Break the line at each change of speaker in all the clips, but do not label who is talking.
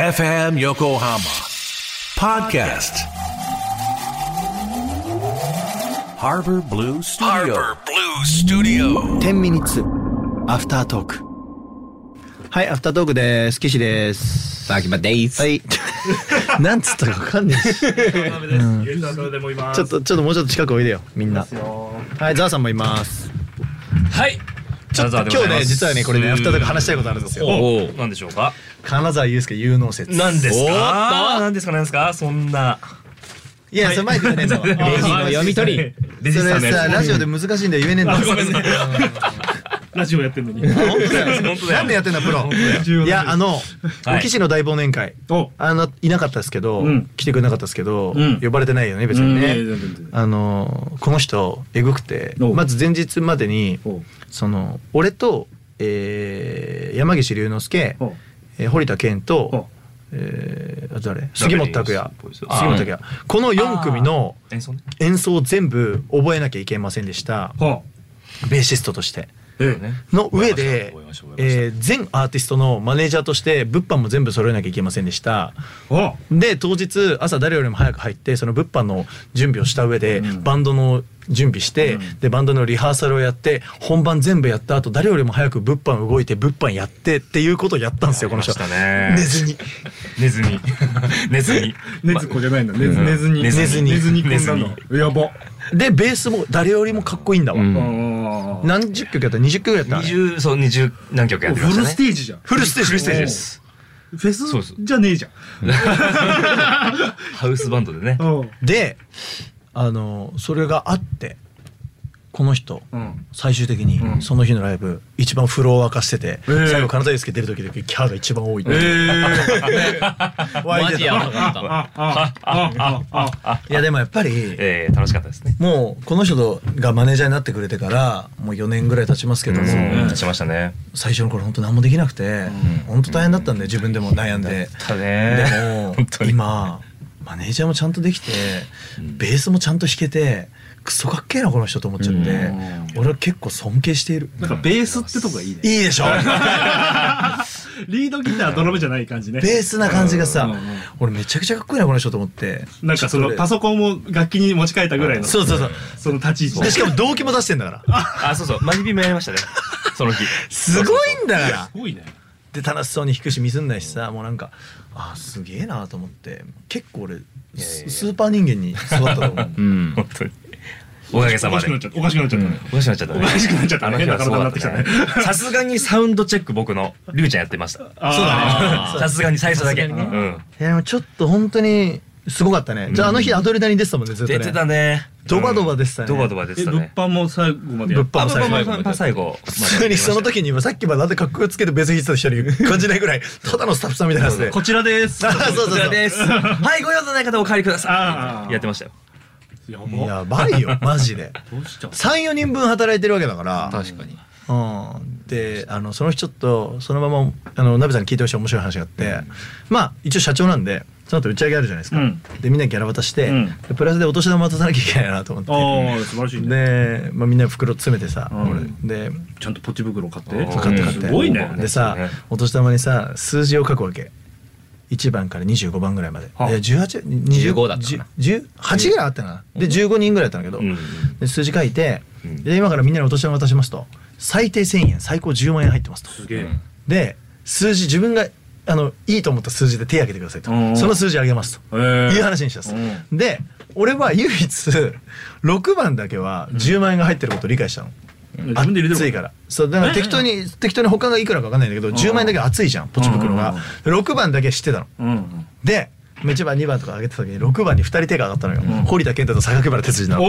FM Yokohama Podcast Harbor Blue Studio
Harbor Blue Studio.
10ミニッツアフタートークはいアフタートークです岸です
秋葉です。
はい なんつったかわかんないしちょっとちょっともうちょっと近くおいでよみんなはいザーさんもいます
はい。
ちょっと今日ね実はねこれねアフタートーク話したいことあるんですよ
おお、なんでしょうか。
金沢祐介有能説
なんです
おっと
か。なんですか、なんですか、そんな。
い やそれ前で言えねえんだわ
レジの読み取り。
レジ
そ
スタ
れ
のや
さ
つ。
ラジオで難しいんだよ言えねえんだわ
ごめんなさい
ラジオやってんのに。
本当だよ
本当だよ
なんでやってんだプロ
重要
いやあの
はい
岸の大忘年会
お
あのいなかったですけど
うん
来てくれなかったですけど
うん
呼ばれてないよね別
う
に
んいや
ね
いや全然全然
あのこの人えぐくて
おう
まず前日までに
おう
その俺と、えー山岸龍之介
おう、
えー堀田健
おう
と、えーあと誰杉本拓也杉本拓也この4組の
演奏ね。
演奏を全部覚えなきゃいけませんでした
は
ベーシストとして。
ね
の上で
覚えました、覚えました
えー全アーティストのマネージャーとして物販も全部揃えなきゃいけませんでした。
あ。は
で当日朝誰よりも早く入ってその物販の準備をした上で、バンドの準備して、でバンドのリハーサルをやって本番全部やった後誰よりも早く物販動いて物販やってっていうことをやったんですよこの人。
やりましたね
寝ずに
ネズミ。 ネズミ。
ネズコじゃないんだ。ネズ
うん
ネズに。
ネズに
ネズにこんなの。やば。
でベースも誰よりもかっこいいんだわ。
ん
ああ。
何十曲やった20曲やった
二十、そう、二十何曲やってまし
フ
た
ル
ね。
ステージじゃん。
フルステージ。フルステージで
おう。
す。
フェ
そうです
スじゃねえじゃん。
ハウスバンドでね。
おう
であのそれがあってこの人、
うん。
最終的にその日のライブ一番フロを沸かしてて、
え
最後金田祐介出る時だけキャーが一番多いって、湧い
マ
て
ジ
た
やばかった。
ああああああ。
いやでもやっぱり
えー、楽しかったですね。
もうこの人がマネージャーになってくれてからもう4年ぐらい経ちますけども、
うん、しましたね。
最初の頃本当何もできなくて、本当大変だったんで自分でも悩んで、
たね。
で
本当
も
に。
今マネージャーもちゃんとできてベースもちゃんと弾けてクソかっけえなこの人と思っちゃって、俺は結構尊敬している。
なんかベースってとこがいいね。
いいでしょ
リードギタードラムじゃない感じね。
ベースな感じがさ
うんうん
俺めちゃくちゃかっこいいなこの人と思って
なんかそのパソコンも楽器に持ち替えたぐらいの。
そうそうそう
その立ち位
で
置。
しかも動機も出してんだから
あ、そうそう。マジビもやりましたね。その日。
すごいんだから
すごいね。
で楽しそうに弾くしミスんないしさもうなんかあすげえなと思って結構俺ススーパー人間に育ったと 思う
うん。
本当に。おかげさ
お
ま
かし
で
くな。っちゃった。おかしくなっちゃったね。
おかしくなっちゃったね。
おかしくなっちゃったね
あの日はそうだ
変な体になってき
ね。さすがにサウンドチェック僕の、りゅうちゃんやってました。
ああ。そう
だ
さすがに最初だけ。う
さすがに
ん。
いやでもちょっと本当にすごかったねじゃああの日アドレナリン出てたもんねずっと
出
ね
てたね。
ドバドバ出てたね
ドバドバ出て
え、
た
物
ね。
販も最後までや
物
っ
販も最後
あ物販最後。
普通にその時にさっきまでなんで格好つけて別に弾 いてた人に感じないぐらいただのスタッフさんみたいなやつで
こちらです。
あ そうそう
こちら
そう
です。はい、ご用のない方お帰りくだ
あ
さ
あ
い。やってましたよ。
や
やばいよマジで
どうした
34人分働いてるわけだから
確かに。
うん、であのその日ちょっとそのままあの鍋さんに聞いてほしい面白い話があって、まあ一応社長なんでその後打ち上げあるじゃないですか、
うん
でみんなにギャラ渡して、
うん
でプラスでお年玉渡さなきゃいけないなと思って
ああ、素晴らしいね。
で、まあ、みんな袋詰めてさ、
うん
俺で
ちゃんとポチ袋買って。
そう
買って買って、
すごいね。
でさ、
ね
お年玉にさ数字を書くわけ1番から25番ぐらいまで、
はあ
で1820
15だったかな
18ぐらいあったなで15人ぐらいだったんだけど、
うん
で数字書いて、
うん
で今からみんなにお年玉渡しますと最低1,000円最高10万円入ってますと
すげえ。
で数字自分があのいいと思った数字で手挙げてくださいと
うん
その数字あげますと
へー
いう話にしたんですで俺は唯一6番だけは10万円が入ってることを理解したの。
自分で入れて
熱
る
いからそうだから適当に適当に他がいくらか分かんないんだけど10万円だけ熱いじゃんポチ袋が6番だけ知ってたの
うんうん。
で1番2番とか上げてた時に6番に2人手が上がったのよ、堀田健太と榊原哲司なの
おお。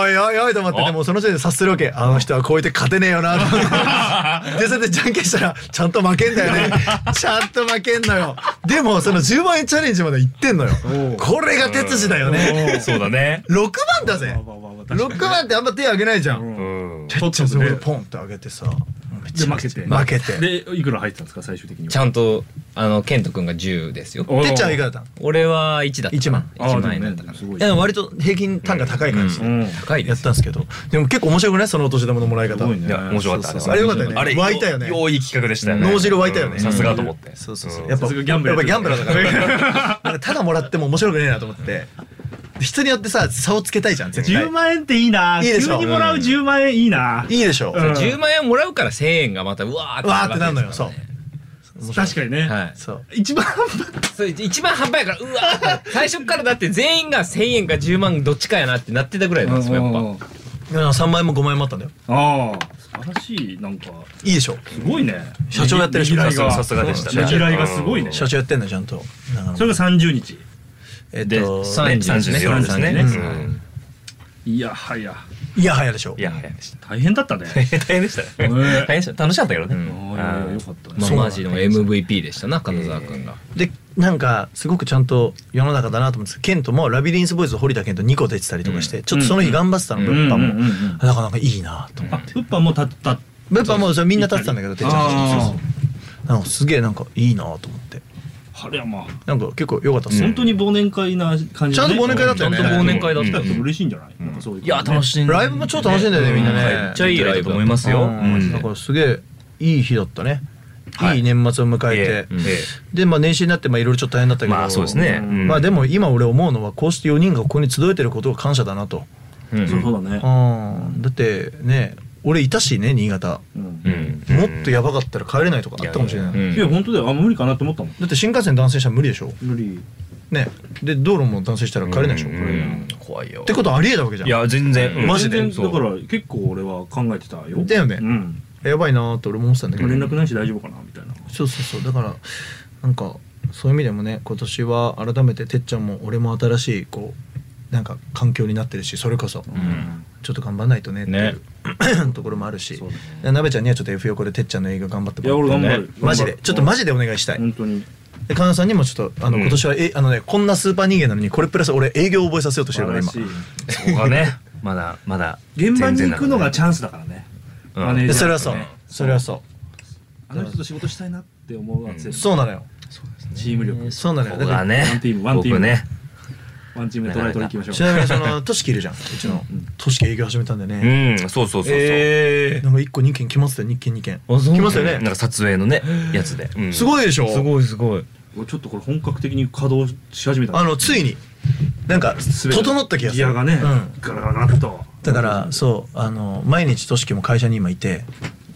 おいおいおいと思ってでもその時点で察するわけあの人はこう言って勝てねえよ なと思ってでそれでじゃんけんしたらちゃんと負けんだ よねちゃんと負けんのよでもその10万円チャレンジまで行ってんのよこれが哲司だよね
そうだね。
6番だぜ
まあまあまあ確か
6
に
番ってあんま手挙げないじゃん、
うん。
てっちゃんそこでポンって上げてさめっ
で
ちゃ
負けて。
負けて
でいくら入ってたんですか最終的には。
ちゃんとあの健人君が10ですよ。
てっちゃんはいかがだった
俺は1だった。
1万
1万
あーで
円
も
だ
ね
ったから。
すごい
いやでも割と平均単価高い感じで
うん高い
や
で
っ
す
たん
よ。
ですけどでも結構面白くないそのお年玉のもらい方
すごいね
いや面白かったです
あれよかったよね
あれ
湧いたよね
よういい企画でしたよね
脳汁湧いたよね
さすがと思って
そうそうそううんやっぱ
さすがギャンブラー
やっぱギャンブラーだからなんかただもらっても面白くねえなと思って人によってさ差をつけたいじゃん絶対
10万円っていいな。
いいでしょ
急にもらう10万円いいな。
いいでしょう
うん
わ
10万円もらうから1000円がまたうわーって
ーってなるのよ
わけです
そ
か
う
確かにね。
らねはい。
そう
一番
それ一番販売やからうわーって最初からだって全員が1000円か10万どっちかやなってなってたぐらいなんですよやっぱ。
いや3万円も5万円もあったんだよ
ああ素晴らしいなんか
いいでしょう
すごいね
社長やってる人
ねぎらいが
さすがでしたね
ねぎらいがすごいね
社長やってんだよちゃんと長野
それが30日。
えっ
で
と
34
30
ですね
34ですね
うん
いやはや
いやはやでしょ
いや早いでした
大変だったね
大変でしたね大変でした楽しかったけどね
ああよかったね
まあ
そうなん
マジの MVP でしたな金沢君が。
でなんかすごくちゃんと世の中だなと思うんですけどケントも「ラビリンスボーイズ」堀田ケント2個出てたりとかして、ちょっとその日頑張ってたの、
うん
物販も、
うんうんうん
なかなかいいなと思
あ
って、、
ウッパンも立った。
物販もそれみんな立ってたんだけどてっちゃん
あー
そうそうなんかすげえなんかいいなと思って
晴山
なんか結構良かったっす
本当に忘年会な感じ
ちゃんと忘年会だったよね
ちゃんと忘年会だっ
来た
た。
って
め
嬉しいんじゃないなんかそういう
いや楽
しい
しん
ライブも超楽しんだよねみんなね
めっちゃいいライブだと思いますよ
うん
うん
だからすげえいい日だったね、
はい
い、い年末を迎えて、
えええ
でまあ年始になってまあいろいろちょっと大変だったけど
まあそうですねうん
まあでも今俺思うのはこうして4人がここに集えてることが感謝だなと、
え
そうだね
うん、だってね俺いたしね新潟
うん
うん
もっとやばかったら帰れないとかあったかもしれない、
うん
いや本当だよあ無理かなと思ったもん
だって新幹線断線したら無理でしょ
無理
ねで道路も断線したら帰れないでしょ、
う
これっ
ん怖いよ
てことありえたわけじゃん
いや全然うん
マジで
全然
そう
だから結構俺は考えてたよ
だよね
うん
やばいなーって俺も思ってたんだけど、
連絡ないし大丈夫かなみたいな
そうそうそうだからなんかそういう意味でもね今年は改めててっちゃんも俺も新しいこうなんか環境になってるしそれこそ、ちょっと頑張らないとねっていう、 ところもあるし、
そうだ
なべちゃんにはちょっと F 横でてっちゃんの映画頑張ってもらって
いや俺頑張る
マジで
頑張る
ちょっとマジでお願いしたい、
本当に
でカナさんにもちょっとあの、今年はえあのねこんなスーパー人間なのにこれプラス俺営業を覚えさせようとしてるから今
素晴らしい
そこがねまだまだ
現場に行くのがチ
ン
ャンスだからね。
ス
マネージャー
でそれはそう、それはそう
あの人と仕事したいなって思うわせ
そうなのよ
チーム力
そうなのよ
こ
だ
こ
から
がね
ワンチームワンチーム
僕ね
ワンチームでトライトライ行きま
ち
しょう
なみにその トシキいるじゃんうちのトシキ営業始めたんだよね、
うんそうそうそうそう
えなんか1個2件来ますよ2件2件来ますよ
な
ね
んか撮影のねやつでうん
すごいでしょ
ごいすごい。
俺ちょっとこれ本格的に稼働し始めた
あのついになんか
全て
整った気がする
ギアがね
うん
ガラガラガラっと
だからそうあの毎日としきも会社に今いて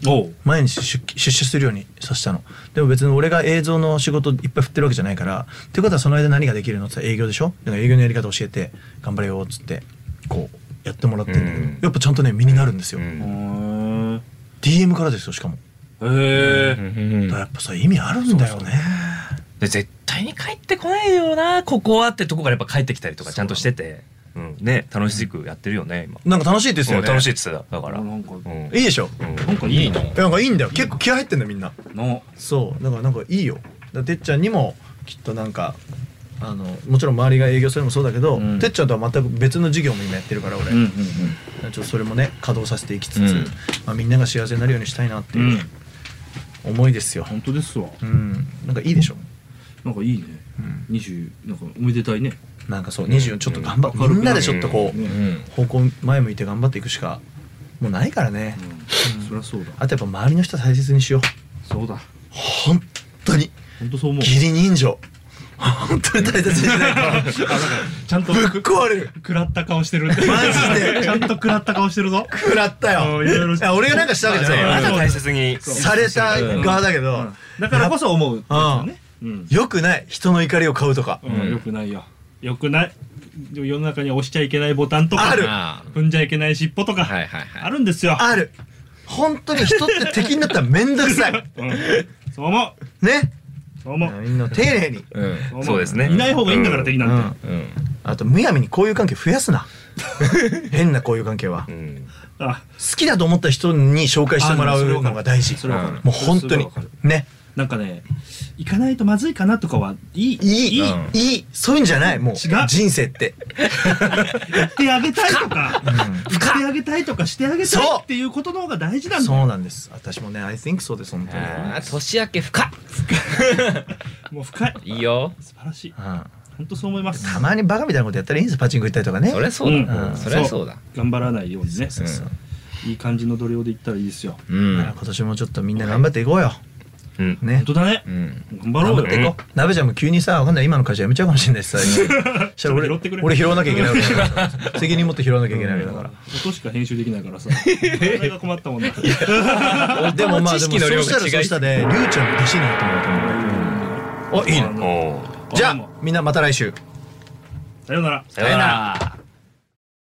おう
毎日出勤出社するようにさせたのでも別に俺が映像の仕事いっぱい振ってるわけじゃないからってことはその間何ができるのって言ったら営業でしょだから営業のやり方教えて頑張れよっつってこうやってもらってんだけど
うん
やっぱちゃんとね身になるんですよ、
うん
へ
DM からですよしかも
え
だからやっぱさ意味あるんだよね
で絶対に帰ってこないよなここはってとこからやっぱ帰ってきたりとかちゃんとしててうんね楽しくやってるよね今
なんか楽しいですよね
楽しいって言ってただか
あ
ら
らなんか
うん
いいでしょ
なんかいいない
やなんかいいんだよ結構気合入ってんだよみんな
の
そうだからなんかいいよだからてっちゃんにもきっとなんかあのもちろん周りが営業するのもそうだけど、
うん
てっちゃんとは全く別の事業も今やってるから俺、
うんうんうん
ちょっとそれもね稼働させていきつつ、
うん
まあ、みんなが幸せになるようにしたいなっていう思いですよ、
本当ですわ
うん、なんかいいでしょ
なんかいいね二十なんかおめでたいね
なんかそう24ちょっと頑張っ、みんなでちょっとこう、
うん。
方向前向いて頑張っていくしかもうないからね、
うんそりゃそうだ
あとやっぱ周りの人大切にしよう
そうだ
本当に
本当そう思う
義理人情本当に大切にしないと
ちゃんと
ぶっ壊れる
食らった顔して る。マジ
で
ちゃんと食らった顔してるぞ。
食らったよ
うんいろいろ
いや俺がなんかしたわけじゃ
あ
ない
な
よ
た大切に
された側だけど、
だからこそ思う。
ああ
うん
よくない人の怒りを買うとか、
うんよくないよ
よくない。世の中に押しちゃいけないボタンとか。
ある
あ
踏んじゃいけない尻尾とか。
はいはいはい
あるんですよ。
ある本当に人って敵になったら面倒く さい
そう思
ね
う。そう思う。
みんな丁寧に、
ー。うん。
思
そうですね
いない方がいいんだから敵
う
なん
ん
て。、
うん。
あとむやみに交友関係増やすな変な交友関係は、好
うん
あ、
きだと思った人に紹介してもらうのが大事
それはわかる
もう本当に
それはわかる
ね
なんかね行かないとまずいかなとかはいい
いい、いい
うん、
いい、そういうんじゃない、もう。
違う
人生って。
行ってあげたいとか行ってあげたいとかしてあげたい
そう
っていうことの方が大事なんだよ
そうなんです。私もね、I think そうです、本当に。
あー年明け深っ
もう深い
いいよ
素晴らしい
うん
本当そう思います
たまにバカみたいなことやったらいいんです、パチンコ行ったりとかね。
そりゃそうだ、
うん
そりゃそうだ
頑張らないようにね
そうそう
いい感じの度量でいったらいいですよ
うん、
だから今年もちょっとみんな頑張っていこうよ。
うん
ね
本。当だね
うん、
頑張ろうよ
頑張っていこう。鍋ちゃんも急にさ、わかんない、今の会社辞めちゃうかもしれないしさ。今したら俺
拾ってくれ
俺拾わなきゃいけないわけだから。責任持って拾わなきゃいけないわけだから。
音しか編集できないからさそれが困ったもんだ
でもまあ、でも、
知識の
そ
量
う
が
したら、
違
そう
い
したらね、りゅうちゃんの弟子になってもらうと思う。あ、いいね。
おー
じゃあ
どうも、
みんなまた来週。
さようなら
さよなら。